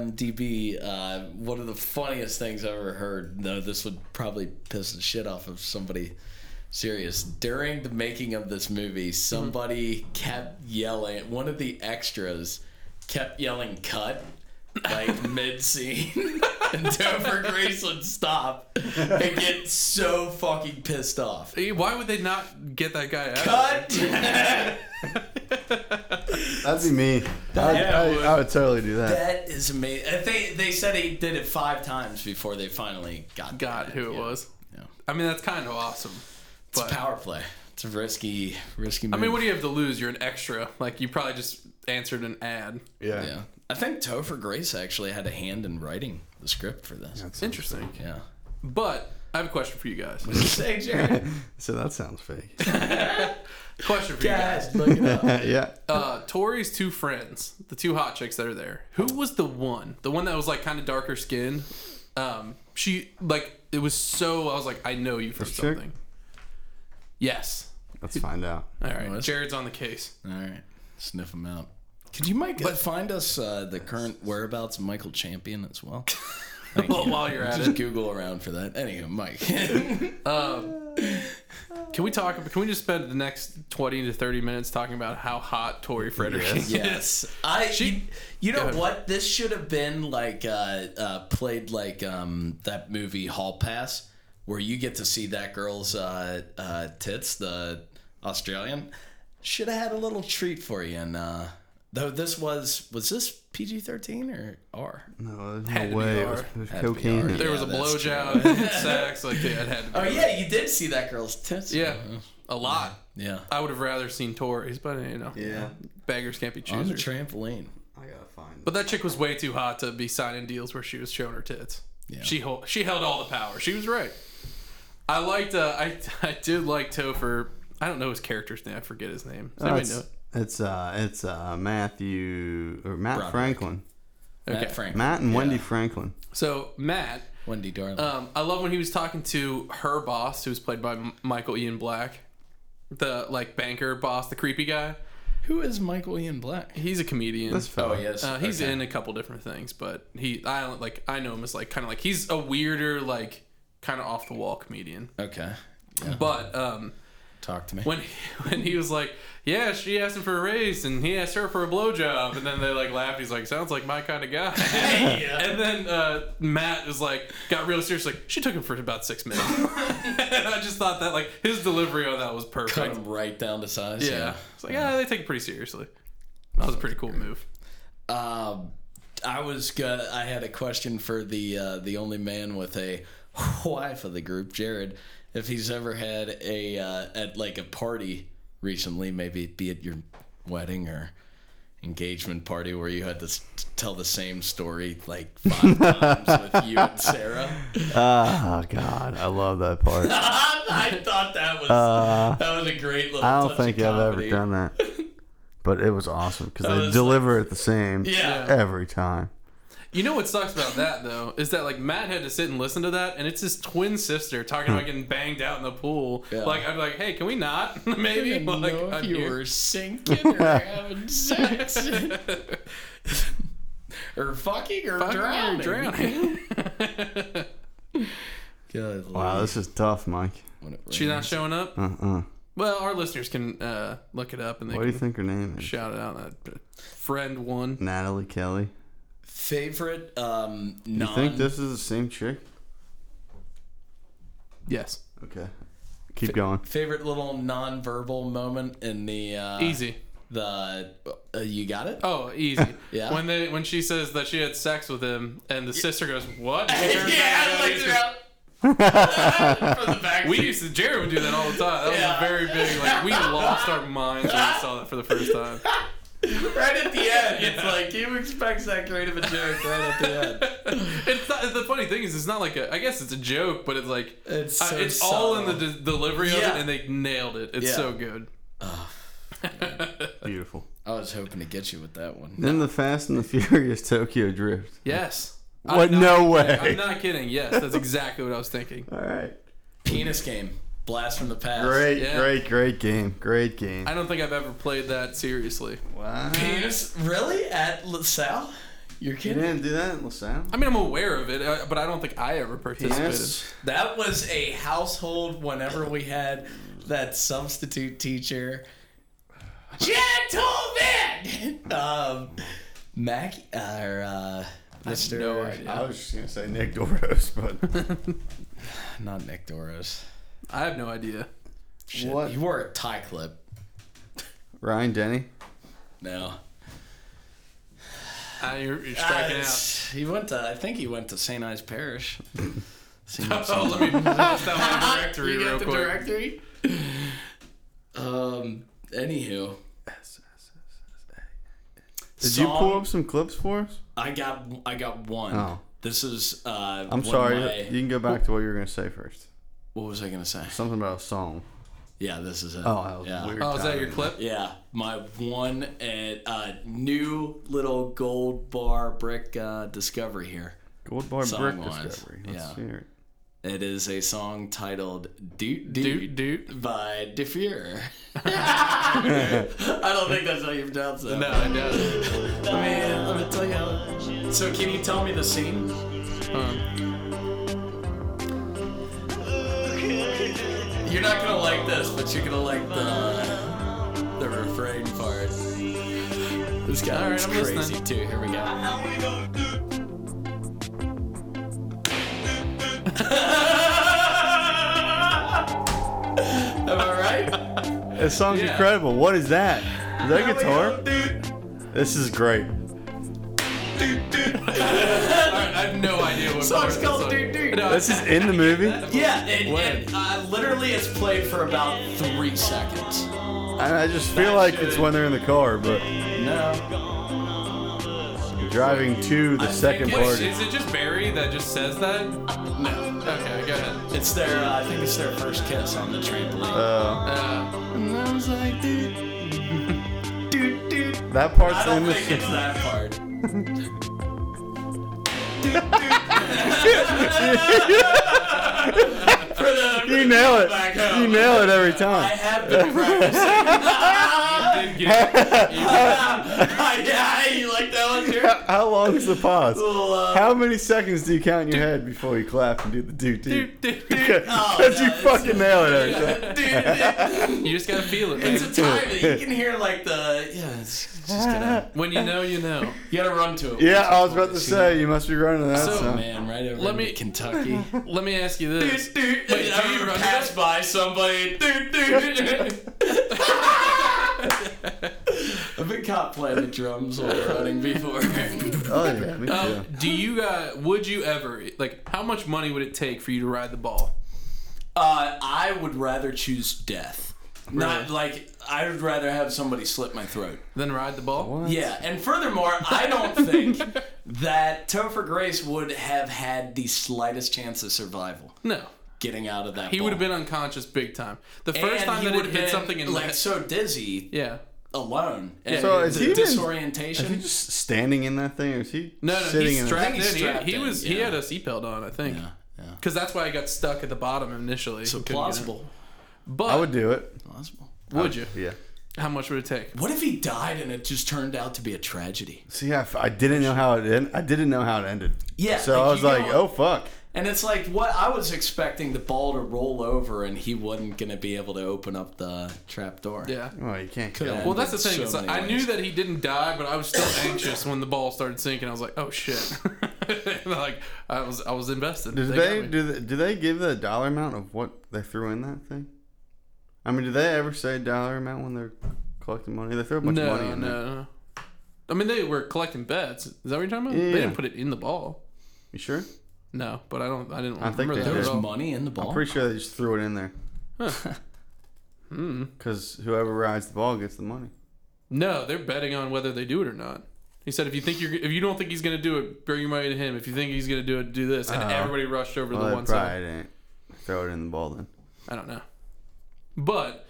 Speaker 2: IMDb uh, one of the funniest things I've ever heard. Though this would probably piss the shit off of somebody serious. During the making of this movie, somebody kept yelling. One of the extras kept yelling "cut" like mid scene, [LAUGHS] and Topher Grace would stop and get so fucking pissed off.
Speaker 1: Eh, Why would they not get that guy out?
Speaker 2: Cut! [LAUGHS]
Speaker 1: [LAUGHS]
Speaker 3: That'd be me. That'd-
Speaker 1: Yeah,
Speaker 3: I,
Speaker 1: it would.
Speaker 3: I would totally do that.
Speaker 2: That is amazing. I think they said he did it five times before they finally got
Speaker 1: God, who it
Speaker 2: Yeah.
Speaker 1: was?
Speaker 2: Yeah.
Speaker 1: I mean, that's kind of awesome.
Speaker 2: It's
Speaker 1: But-
Speaker 2: a power play. It's a risky, risky. Move.
Speaker 1: I mean, what do you have to lose? You're an extra. Like you probably just answered an ad.
Speaker 3: Yeah.
Speaker 2: yeah, I think Topher Grace actually had a hand in writing the script for this.
Speaker 1: Interesting.
Speaker 2: Yeah. [LAUGHS]
Speaker 1: But I have a question for you guys. [LAUGHS]
Speaker 2: Say, Jared.
Speaker 3: So that sounds fake. [LAUGHS]
Speaker 1: question for you guys.
Speaker 2: Guys, look it up.
Speaker 3: yeah.
Speaker 1: uh, Tori's two friends, the two hot chicks that are there. Who was the one? The one that was like kind of darker skinned. Um, she like it was so. I was like, I know you from
Speaker 3: This chick?
Speaker 1: something. Yes.
Speaker 3: Let's find out.
Speaker 1: All right.
Speaker 2: was it?
Speaker 1: Jared's on the case. [LAUGHS]
Speaker 2: All right, sniff them out. Could you, Mike, but find us uh, the current whereabouts of Michael Champion as well?
Speaker 1: [LAUGHS]
Speaker 2: Thank
Speaker 1: Well, Oh, while you're at
Speaker 2: Just
Speaker 1: it,
Speaker 2: Google around for that. Anywho, Mike. [LAUGHS]
Speaker 1: can we talk? Can we just spend the next twenty to thirty minutes talking about how hot Tori Fredericks is?
Speaker 2: Yes, I. you, you know
Speaker 1: ahead.
Speaker 2: what? This should have been like uh, uh, played like um, that movie Hall Pass, where you get to see that girl's uh, uh, tits. The Australian should have had a little treat for you. And uh, though this was was this PG thirteen or R?
Speaker 3: No, there's
Speaker 1: Had to be
Speaker 3: no way. It
Speaker 1: R.
Speaker 3: was, it was
Speaker 2: Had to be
Speaker 3: cocaine.
Speaker 2: R.
Speaker 3: in it.
Speaker 1: There was a
Speaker 2: Yeah, that's
Speaker 1: blowjob, [LAUGHS] and sex, like yeah, it had to be.
Speaker 2: Oh yeah, you did see that girl's tits.
Speaker 1: Yeah, a lot.
Speaker 2: yeah.
Speaker 1: I would have rather seen Tori's, but you know,
Speaker 3: Yeah.
Speaker 1: beggars can't be
Speaker 2: On the
Speaker 1: choosers.
Speaker 2: trampoline.
Speaker 3: I gotta find.
Speaker 1: But that chick was way too hot to be signing deals where she was showing her tits. She hol- she held all the power. She was right. I liked. Uh, I [LAUGHS] I did like Topher. I don't know his character's name. I forget his name. Does
Speaker 3: Oh,
Speaker 1: anybody know?
Speaker 3: it's, it's uh, it's uh, Matthew or Matt
Speaker 2: Broderick.
Speaker 3: Franklin.
Speaker 2: Matt
Speaker 1: Okay.
Speaker 2: Frank.
Speaker 3: Matt and
Speaker 2: Yeah.
Speaker 3: Wendy Franklin.
Speaker 1: So Matt,
Speaker 2: Wendy Darling.
Speaker 1: um, I love when he was talking to her boss, who was played by M- Michael Ian Black, the like banker boss, the creepy guy.
Speaker 2: Who is Michael Ian Black?
Speaker 1: He's a comedian.
Speaker 3: This
Speaker 2: Oh
Speaker 3: [LAUGHS] fella.
Speaker 2: yes,
Speaker 1: Uh, he's
Speaker 2: okay.
Speaker 1: in a couple different things, but he I don't like I know him as like kind of like he's a weirder like kind of off the wall comedian.
Speaker 2: Okay,
Speaker 1: But um,
Speaker 2: talk [LAUGHS] to me.
Speaker 1: when when he [LAUGHS] was like, "Yeah, she asked him for a raise, and he asked her for a blowjob," and then they like laughed. He's like, "Sounds like my kind of guy." [LAUGHS] And then uh, Matt was like, got real serious, like she took him for about six minutes. and I just thought that like his delivery on that was
Speaker 2: Cut
Speaker 1: perfect.
Speaker 2: him right down to size.
Speaker 1: Yeah, it's like yeah, they take it pretty seriously. That was a pretty cool move.
Speaker 2: Um, I was gonna, I had a [LAUGHS] question for the uh, the only man with a wife of the group, Jared, if he's ever had a uh, at like a party recently, maybe be at your wedding or engagement party where you had to s- tell the same story like
Speaker 3: [LAUGHS]
Speaker 2: five times with you and Sarah. [LAUGHS]
Speaker 3: Oh God, I love that part.
Speaker 2: I thought that was that was a great little.
Speaker 3: Uh, I
Speaker 2: touch
Speaker 3: don't
Speaker 2: of
Speaker 3: think I've ever
Speaker 2: comedy.
Speaker 3: done that,
Speaker 2: [LAUGHS]
Speaker 3: but it was awesome because
Speaker 2: was
Speaker 3: they
Speaker 2: like-
Speaker 3: deliver it the same
Speaker 2: Yeah.
Speaker 3: every time.
Speaker 1: You know what sucks about that though is that like Matt had to sit and listen to that, and it's his twin sister talking about getting banged out in the pool.
Speaker 2: Yeah.
Speaker 1: Like I'm like, hey, can we not? [LAUGHS] Maybe
Speaker 2: didn't
Speaker 1: like
Speaker 2: know if
Speaker 1: I'm
Speaker 2: you
Speaker 1: here.
Speaker 2: were sinking or [LAUGHS] having sex [LAUGHS] or fucking or
Speaker 1: Fucking
Speaker 2: drowning.
Speaker 1: drowning. [LAUGHS]
Speaker 2: God,
Speaker 3: Wow, this is tough, Mike.
Speaker 1: She's not showing up.
Speaker 3: Uh-uh.
Speaker 1: Well, our listeners can uh, look it up and they
Speaker 3: What do you
Speaker 1: can
Speaker 3: think her name is?
Speaker 1: shout it out. That friend one.
Speaker 3: Natalie Kelly.
Speaker 2: favorite um non
Speaker 3: You think this is the same chick?
Speaker 1: Yes,
Speaker 3: Okay, keep going.
Speaker 2: favorite little non-verbal moment in the uh,
Speaker 1: easy.
Speaker 2: the uh, you got it
Speaker 1: Oh, easy.
Speaker 2: [LAUGHS] Yeah.
Speaker 1: When they when she says that she had sex with him, and the sister goes, "What?" Turns around,
Speaker 2: [LAUGHS] yeah I
Speaker 1: he's
Speaker 2: looked
Speaker 1: just-
Speaker 2: it up
Speaker 3: [LAUGHS]
Speaker 2: from the back
Speaker 1: We used to Jared would do that all the time. That
Speaker 2: Yeah.
Speaker 1: was very big. Like
Speaker 2: [LAUGHS]
Speaker 1: we lost our minds when we saw that for the first time.
Speaker 2: right at the [LAUGHS] end it's like you expect that great of a joke right at the [LAUGHS] end
Speaker 1: It's not, the funny thing is, it's not like a. I guess it's a joke, but it's like
Speaker 2: it's
Speaker 1: uh,
Speaker 2: so
Speaker 1: it's all in the
Speaker 2: subtle.
Speaker 1: de- delivery of
Speaker 2: Yeah.
Speaker 1: it, and they nailed it. It's
Speaker 2: Yeah.
Speaker 1: so good. [LAUGHS]
Speaker 3: Beautiful.
Speaker 2: I was hoping to get you with that one
Speaker 3: Then the Fast and the Furious Tokyo Drift.
Speaker 1: Yes.
Speaker 3: What?
Speaker 1: I'm
Speaker 3: No
Speaker 1: not,
Speaker 3: way.
Speaker 1: I'm not kidding. Yes, that's exactly what I was thinking.
Speaker 3: All right.
Speaker 2: penis game blast from the past
Speaker 3: Great,
Speaker 1: Yeah.
Speaker 3: great, great game. Great game.
Speaker 1: I don't think I've ever played that seriously.
Speaker 3: Wow.
Speaker 2: penis really at LaSalle you're
Speaker 3: You
Speaker 2: kidding
Speaker 3: didn't do that in LaSalle?
Speaker 1: I mean, I'm aware of it, uh, but I don't think I ever participated.
Speaker 3: Yes.
Speaker 2: That was a household whenever we had that substitute teacher. Gentlemen! um, Mac, or, uh, Mr.
Speaker 1: no idea.
Speaker 3: I was just going to say Nick Doros, but
Speaker 2: Not Nick Doros.
Speaker 1: I have no idea.
Speaker 2: Shit,
Speaker 3: What?
Speaker 2: You wore a tie clip.
Speaker 3: [LAUGHS] Ryan Denny.
Speaker 2: No.
Speaker 1: I, you're, you're
Speaker 2: Ah,
Speaker 1: striking out.
Speaker 2: it's- he went to, I think he went to St. Ives Parish. Seems
Speaker 1: Oh, [LAUGHS] let me pass that one directory
Speaker 2: You got
Speaker 1: real
Speaker 2: the
Speaker 1: quick.
Speaker 2: directory? um, anywho.
Speaker 3: Did you pull up some clips for us?
Speaker 2: I got I got one.
Speaker 3: Oh.
Speaker 2: This is uh
Speaker 3: I'm
Speaker 2: one of
Speaker 3: sorry.
Speaker 2: my-
Speaker 3: You can go back to what you were going to say first.
Speaker 2: what was I gonna say?
Speaker 3: Something about a song.
Speaker 2: Yeah, this is it.
Speaker 3: Oh, that was
Speaker 2: yeah.
Speaker 3: weird.
Speaker 1: Oh, is that your
Speaker 3: timing.
Speaker 1: clip?
Speaker 2: Yeah, my one and uh, new little gold bar brick uh, discovery here.
Speaker 3: Gold Bar Brick
Speaker 2: Song-wise.
Speaker 3: Discovery. Let's
Speaker 2: Yeah.
Speaker 3: hear it.
Speaker 2: It is a song titled "Doot
Speaker 1: Doot
Speaker 2: Doot"
Speaker 1: doot.
Speaker 2: by DeFuhr. [LAUGHS]
Speaker 3: [LAUGHS]
Speaker 2: I don't think that's how you pronounce that.
Speaker 1: No, I don't.
Speaker 2: Let me, let me tell you. how- So, can you tell me the scene?
Speaker 1: Um, [LAUGHS]
Speaker 2: You're not gonna like this, but you're gonna like the the refrain part. This guy
Speaker 1: All right,
Speaker 2: looks
Speaker 1: I'm
Speaker 2: crazy
Speaker 1: listening.
Speaker 2: too. Here we go. [LAUGHS] Am I right?
Speaker 3: This song's
Speaker 1: Yeah.
Speaker 3: incredible. What is that? Is that a guitar? This is great.
Speaker 1: I I have no idea what part
Speaker 2: Song's
Speaker 1: of
Speaker 2: called
Speaker 1: song-
Speaker 2: Doot Doot.
Speaker 1: No,
Speaker 3: This is in the movie.
Speaker 2: Yeah, and,
Speaker 1: When?
Speaker 2: and uh, literally it's played for about three seconds.
Speaker 3: I I just feel like it's when they're in the car, but
Speaker 2: No.
Speaker 3: driving to the second
Speaker 1: Wait,
Speaker 3: party.
Speaker 1: is it just Barry that just says that?
Speaker 2: No.
Speaker 1: Okay, go ahead.
Speaker 2: It's their, uh, I think it's their first kiss on the trampoline.
Speaker 3: Uh,
Speaker 1: Uh,
Speaker 2: And I was like, dude, dude, dude.
Speaker 3: that part's
Speaker 2: I
Speaker 3: in
Speaker 2: don't
Speaker 3: the.
Speaker 2: think
Speaker 3: [LAUGHS]
Speaker 2: it's that part. For the,
Speaker 3: You nail it.
Speaker 2: Back home.
Speaker 3: You nail it every
Speaker 2: I
Speaker 3: time.
Speaker 2: have
Speaker 3: [LAUGHS]
Speaker 2: been practicing.
Speaker 1: did get it.
Speaker 2: [LAUGHS] yeah, you like that one,
Speaker 3: [LAUGHS]
Speaker 2: Jared?
Speaker 3: How, how long is the pause?
Speaker 2: Well, uh,
Speaker 3: How many seconds do you count in your head before you clap and do the do
Speaker 1: Doot, doot,
Speaker 3: doot? [LAUGHS]
Speaker 1: doot.
Speaker 2: Oh,
Speaker 3: Because you
Speaker 2: no, it's-
Speaker 3: fucking nail it every time.
Speaker 2: Dude,
Speaker 1: You just gotta feel it,
Speaker 2: it's
Speaker 1: man.
Speaker 2: a time that you can hear like the yeah. It's just gonna
Speaker 1: When you know, you know.
Speaker 2: you gotta run to it.
Speaker 3: Yeah, I was about to say you must be running that
Speaker 1: So,
Speaker 3: so,
Speaker 1: Oh,
Speaker 2: man, right over
Speaker 1: Let
Speaker 2: into
Speaker 1: me-
Speaker 3: [LAUGHS]
Speaker 2: Kentucky.
Speaker 1: Let me ask you this.
Speaker 2: Wait,
Speaker 1: Wait, do you
Speaker 2: I
Speaker 1: run
Speaker 2: pass
Speaker 1: that?
Speaker 2: by somebody.
Speaker 1: [LAUGHS]
Speaker 2: Dude, dude.
Speaker 3: [LAUGHS]
Speaker 2: I've been caught playing the drums while running before.
Speaker 3: Oh yeah, me
Speaker 1: Um,
Speaker 3: too.
Speaker 1: Do you uh, would you ever like how much money would it take for you to ride the ball?
Speaker 2: Uh, I would rather choose death. Not like I would rather have somebody slit my throat.
Speaker 1: Then ride the ball?
Speaker 2: Yeah, and furthermore, I
Speaker 1: [LAUGHS]
Speaker 2: don't think that Topher Grace would have had the slightest chance of survival
Speaker 1: No.
Speaker 2: getting out of that.
Speaker 1: He would have
Speaker 2: ball.
Speaker 1: been unconscious big time. The first
Speaker 2: And
Speaker 1: time
Speaker 2: he
Speaker 1: that it
Speaker 2: would have
Speaker 1: hit
Speaker 2: been,
Speaker 1: something in
Speaker 2: like
Speaker 1: like,
Speaker 2: so dizzy
Speaker 1: Yeah.
Speaker 2: alone. And
Speaker 1: So
Speaker 3: is
Speaker 2: the
Speaker 3: he even-
Speaker 2: disorientation.
Speaker 3: Is he just standing in that thing, or is he
Speaker 1: No, no,
Speaker 3: sitting
Speaker 1: he's
Speaker 3: in?
Speaker 1: strapped
Speaker 2: I think he's
Speaker 1: in. He-
Speaker 2: strapped
Speaker 1: he,
Speaker 2: in,
Speaker 1: was he
Speaker 2: yeah.
Speaker 1: had a seatbelt on, I think.
Speaker 2: yeah, yeah.
Speaker 1: Cuz that's why I got stuck at the bottom initially.
Speaker 2: So
Speaker 1: Couldn't get out.
Speaker 2: plausible.
Speaker 1: But
Speaker 3: I would do it.
Speaker 2: Plausible.
Speaker 1: would you?
Speaker 3: Yeah.
Speaker 1: How much would it take?
Speaker 2: What if he died and it just turned out to be a tragedy?
Speaker 3: See, I, I didn't know how it end. I didn't know how it ended.
Speaker 2: Yeah,
Speaker 3: So
Speaker 2: like,
Speaker 3: I was
Speaker 2: you
Speaker 3: like,
Speaker 2: know-
Speaker 3: oh fuck.
Speaker 2: And it's like what I was expecting the ball to roll over and he wasn't gonna be able to open up the trap door.
Speaker 1: Yeah.
Speaker 3: Well, you can't.
Speaker 2: Could
Speaker 3: kill
Speaker 2: have
Speaker 3: him.
Speaker 1: Well, that's the thing.
Speaker 2: So
Speaker 1: it's like,
Speaker 2: many
Speaker 1: I knew
Speaker 2: ways.
Speaker 1: that he didn't die, but I was still anxious when the ball started sinking. I was like, "Oh
Speaker 3: [LAUGHS]
Speaker 1: shit!" [LAUGHS] like I was, I was invested.
Speaker 3: Did
Speaker 1: got
Speaker 3: they,
Speaker 1: me.
Speaker 3: do they do they give the dollar amount of what they threw in that thing? I mean, do they ever say dollar amount when they're collecting money? They throw a bunch
Speaker 1: No,
Speaker 3: of money in there.
Speaker 1: no, no. I mean, they were collecting bets. Is that what you're talking about?
Speaker 3: Yeah.
Speaker 1: They didn't put it in the ball.
Speaker 3: You sure?
Speaker 1: No, but I don't. I didn't
Speaker 3: I think
Speaker 1: remember
Speaker 3: they
Speaker 1: that
Speaker 2: There
Speaker 3: did.
Speaker 1: at
Speaker 2: was
Speaker 1: all.
Speaker 2: money in the ball. [LAUGHS]
Speaker 3: Pretty sure they just threw it in there. [LAUGHS] Because whoever rides the ball gets the money.
Speaker 1: No, they're betting on whether they do it or not. He said, "If you think you're, if you don't think he's gonna do it, bring your money to him. If you think he's gonna do it, do this." And
Speaker 3: Oh.
Speaker 1: everybody rushed over to
Speaker 3: Well,
Speaker 1: the
Speaker 3: they
Speaker 1: one side.
Speaker 3: probably didn't throw it in the ball then.
Speaker 1: I don't know. But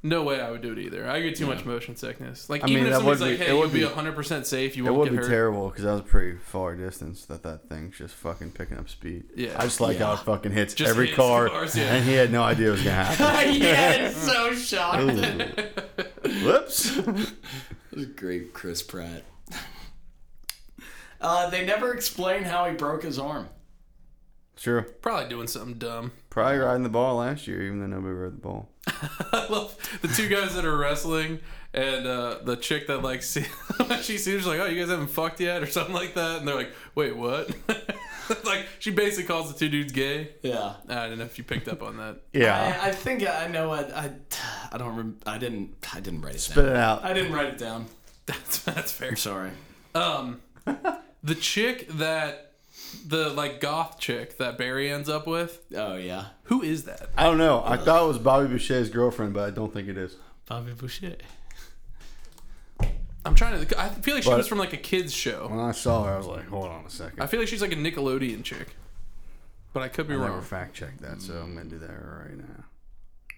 Speaker 1: no way I would do it either. I get too much motion sickness. Like
Speaker 3: I
Speaker 1: even
Speaker 3: mean,
Speaker 1: if
Speaker 3: that
Speaker 1: somebody's
Speaker 3: would
Speaker 1: like,
Speaker 3: be-
Speaker 1: "Hey,
Speaker 3: it would
Speaker 1: you'll be
Speaker 3: be-
Speaker 1: 100% safe. You
Speaker 3: It
Speaker 1: won't
Speaker 3: would
Speaker 1: get
Speaker 3: be
Speaker 1: hurt."
Speaker 3: terrible because that was pretty far distance that that thing's just fucking picking up speed.
Speaker 1: Yeah.
Speaker 3: I just like how it fucking hits
Speaker 1: Just
Speaker 3: every
Speaker 1: hits
Speaker 3: car,
Speaker 1: cars, yeah.
Speaker 3: and he had no idea it was gonna
Speaker 1: [LAUGHS]
Speaker 3: happen.
Speaker 2: yeah, it's so shocked.
Speaker 3: Ooh. Whoops.
Speaker 1: [LAUGHS]
Speaker 2: This is great Chris Pratt. Uh, they never explain how he broke his arm.
Speaker 3: Sure.
Speaker 1: Probably doing something dumb. [LAUGHS]
Speaker 3: Probably riding the ball last year, even though nobody rode the ball.
Speaker 1: I love the two guys that are wrestling and uh, the chick that like [LAUGHS] see she seems like, oh, you guys haven't fucked yet or something like that, and they're like, wait, what? [LAUGHS] like she basically calls the two dudes gay.
Speaker 2: Yeah.
Speaker 1: I don't know if you picked up on that. [LAUGHS]
Speaker 3: Yeah.
Speaker 2: I, I think I know what I. I don't. Rem- I didn't. I didn't write it
Speaker 3: Spit
Speaker 2: down.
Speaker 3: it out.
Speaker 2: I didn't write it down.
Speaker 1: That's that's fair.
Speaker 2: I'm sorry.
Speaker 3: [LAUGHS]
Speaker 1: Um, the chick that the like goth chick that Barry ends up with.
Speaker 2: Oh yeah.
Speaker 1: Who is that?
Speaker 3: I don't know. I thought it was Bobby Boucher's girlfriend, but I don't think it is.
Speaker 2: Bobby Boucher.
Speaker 1: I'm trying to. I feel like she
Speaker 3: But-
Speaker 1: was from like a kids show.
Speaker 3: When I saw her, I was like, hold on a
Speaker 1: I
Speaker 3: second.
Speaker 1: feel like she's like a Nickelodeon chick, but I could be
Speaker 3: I never
Speaker 1: wrong.
Speaker 3: fact checked that, so I'm going to do that right now.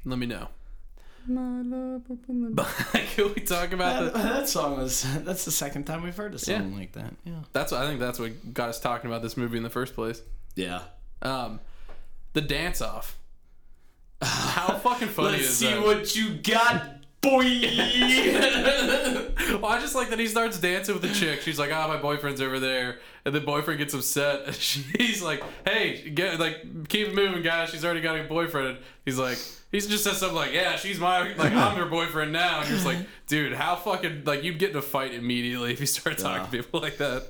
Speaker 1: Let me know. [LAUGHS]
Speaker 3: My love up in the
Speaker 1: But can we talk about
Speaker 2: [LAUGHS] That,
Speaker 1: the?
Speaker 2: that song was. That's the second time we've heard a song like that. Yeah.
Speaker 1: That's what I think. That's what got us talking about this movie in the first place.
Speaker 2: Yeah.
Speaker 1: Um, the dance off. [LAUGHS] How fucking funny
Speaker 2: Let's
Speaker 1: is
Speaker 2: see
Speaker 1: that?
Speaker 2: what you got, [LAUGHS] boy.
Speaker 1: [LAUGHS] Well, I just like that he starts dancing with the chick. She's like, "Ah, my boyfriend's over there," and the boyfriend gets upset. [LAUGHS] And she's like, "Hey, get like keep it moving, guys. She's already got a boyfriend." And he's like, he just says something like, "Yeah, she's my like I'm her boyfriend now." And you're just like, "Dude, how fucking like you'd get in a fight immediately if you start talking to people like that."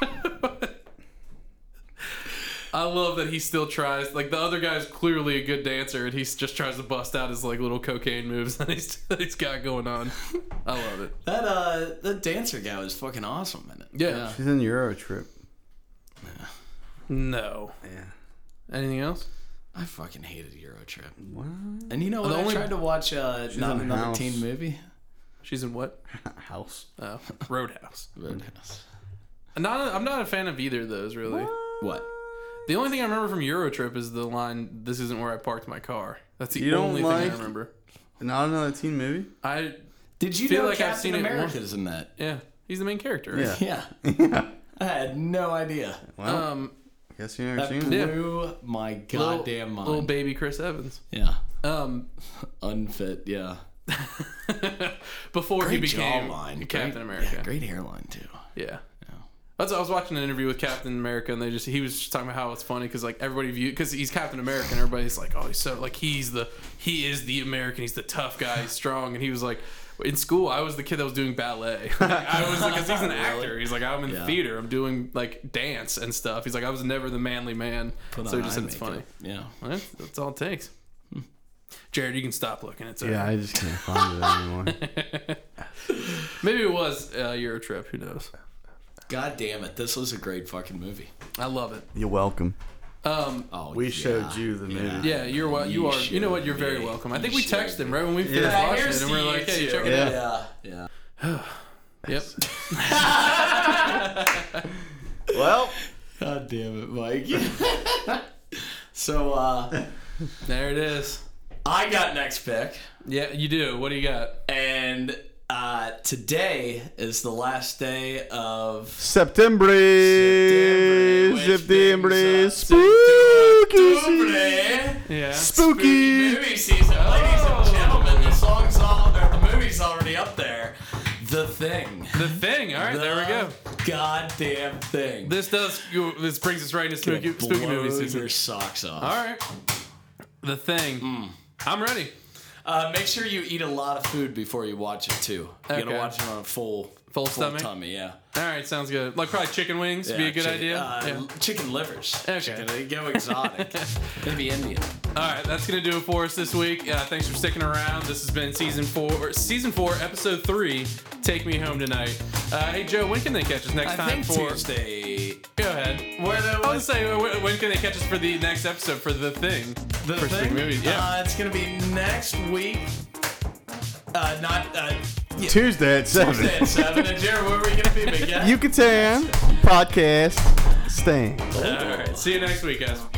Speaker 1: [LAUGHS] I love that he still tries. Like the other guy's clearly a good dancer, and he just tries to bust out his like little cocaine moves [LAUGHS] that he's that he's got going on. I love it.
Speaker 2: That uh, that dancer guy was fucking awesome in it.
Speaker 1: Yeah.
Speaker 3: She's in Euro trip.
Speaker 1: No.
Speaker 3: Yeah.
Speaker 1: Anything else?
Speaker 2: I fucking hated Eurotrip.
Speaker 3: What? [LAUGHS]
Speaker 2: And you know what?
Speaker 1: The only-
Speaker 2: I tried to watch uh, not
Speaker 3: in
Speaker 2: another
Speaker 3: House.
Speaker 2: teen movie.
Speaker 1: She's in what?
Speaker 3: House.
Speaker 1: Oh, Roadhouse.
Speaker 2: Roadhouse.
Speaker 1: Not. A, I'm not a fan of either of those, really.
Speaker 2: What?
Speaker 1: The only thing I remember from Eurotrip is the line, "This isn't where I parked my car." That's the
Speaker 3: You don't
Speaker 1: only thing
Speaker 3: like-
Speaker 1: I remember.
Speaker 3: Not another teen movie?
Speaker 1: I
Speaker 2: Did you
Speaker 1: Feel
Speaker 2: know
Speaker 1: like I've
Speaker 2: Captain
Speaker 1: seen it
Speaker 2: America's in that?
Speaker 1: [LAUGHS] yeah. He's the main character. Right?
Speaker 3: Yeah.
Speaker 1: [LAUGHS]
Speaker 2: Yeah.
Speaker 3: yeah.
Speaker 2: I had no idea.
Speaker 3: Well,
Speaker 1: Um,
Speaker 3: guess you never
Speaker 2: That
Speaker 3: seen it.
Speaker 2: blew my goddamn
Speaker 1: little,
Speaker 2: mind.
Speaker 1: little baby Chris Evans.
Speaker 2: yeah.
Speaker 1: Um, [LAUGHS]
Speaker 2: Unfit. Yeah.
Speaker 1: before he
Speaker 2: Great
Speaker 1: became
Speaker 2: jawline.
Speaker 1: Captain
Speaker 2: Great-
Speaker 1: America.
Speaker 2: Yeah, great hairline too.
Speaker 1: Yeah. That's I was watching an interview with Captain America, and they just he was just talking about how it's funny because like everybody view because he's Captain America, and everybody's like, oh, he's so like he's the he is the American, he's the tough guy, he's strong, and he was like, in school I was the kid that was doing ballet. [LAUGHS] Like, I was like, because
Speaker 2: [LAUGHS]
Speaker 1: he's an actor, he's like I'm in
Speaker 2: Yeah.
Speaker 1: theater, I'm doing like dance and stuff. He's like I was never the manly man, so he
Speaker 2: on
Speaker 1: just
Speaker 2: eye
Speaker 1: said it's funny.
Speaker 2: makeup. Hmm. Yeah.
Speaker 1: Well, that's- that's all it takes. Jared, you can stop looking. It's
Speaker 3: Yeah, I just can't find it anymore.
Speaker 1: Maybe it was uh, Euro trip. Who knows?
Speaker 2: God damn it, this was a great fucking movie.
Speaker 1: I love it.
Speaker 3: [LAUGHS] You're welcome.
Speaker 1: Um,
Speaker 2: Oh,
Speaker 3: We
Speaker 2: yeah.
Speaker 3: showed you the movie.
Speaker 1: yeah, you're wel- you
Speaker 2: You
Speaker 1: are. You know what? You're
Speaker 2: should
Speaker 1: very
Speaker 2: be.
Speaker 1: welcome. I
Speaker 2: You
Speaker 1: think we
Speaker 2: should
Speaker 1: texted him
Speaker 2: be.
Speaker 1: right when we finished
Speaker 3: Yeah,
Speaker 1: watching
Speaker 2: here's
Speaker 1: it, and we're
Speaker 2: to you
Speaker 1: like, "Hey,
Speaker 2: two."
Speaker 1: check it
Speaker 3: Yeah.
Speaker 1: out."
Speaker 2: Yeah, yeah.
Speaker 1: Yep.
Speaker 3: Well,
Speaker 2: God damn it, Mike.
Speaker 1: [LAUGHS]
Speaker 2: [LAUGHS] so uh,
Speaker 1: There it is.
Speaker 2: I got next pick.
Speaker 1: Yeah, you do. What do you got?
Speaker 2: And uh, today is the last day of
Speaker 3: September.
Speaker 2: September, which
Speaker 3: September.
Speaker 2: brings us
Speaker 3: Spooky season.
Speaker 2: October
Speaker 1: Yeah.
Speaker 3: Spooky.
Speaker 2: movie season. Ladies and gentlemen, the song's all or the movie's already up there. The thing.
Speaker 1: The thing. All right, there we go.
Speaker 2: Goddamn thing.
Speaker 1: This does. This brings us right into spooky, spooky
Speaker 2: Blow
Speaker 1: movie season.
Speaker 2: your socks off.
Speaker 1: All right. The thing.
Speaker 2: Hmm.
Speaker 1: I'm ready.
Speaker 2: Uh, make sure you eat a lot of food before you watch it too. You
Speaker 1: Okay.
Speaker 2: gotta watch it on a full
Speaker 1: Full stomach?
Speaker 2: tummy, yeah.
Speaker 1: All right, sounds good. Like probably chicken wings would be
Speaker 2: Yeah,
Speaker 1: a good
Speaker 2: chicken-
Speaker 1: idea.
Speaker 2: Uh,
Speaker 1: yeah.
Speaker 2: Chicken livers.
Speaker 1: Okay.
Speaker 2: Chicken, go exotic.
Speaker 1: [LAUGHS]
Speaker 2: Maybe Indian.
Speaker 1: All right, that's gonna do it for us this week. Uh, thanks for sticking around. This has been season four, or season four, episode three. Take me home tonight. Uh, hey Joe, when can they catch us next
Speaker 2: I
Speaker 1: time
Speaker 2: think
Speaker 1: for?
Speaker 2: Tuesday.
Speaker 1: Go ahead.
Speaker 2: Where the,
Speaker 1: I was gonna say, when, when can they catch us for the next episode for the thing?
Speaker 2: the
Speaker 1: for
Speaker 2: thing?
Speaker 1: Spook Movies, yeah.
Speaker 2: Uh, it's gonna be next week. Uh, not uh, yeah,
Speaker 3: Tuesday at seven.
Speaker 2: Tuesday at seven. And Jared, where are we gonna be? But yeah.
Speaker 3: Yucatan podcast stand.
Speaker 1: All right, see you next week, guys.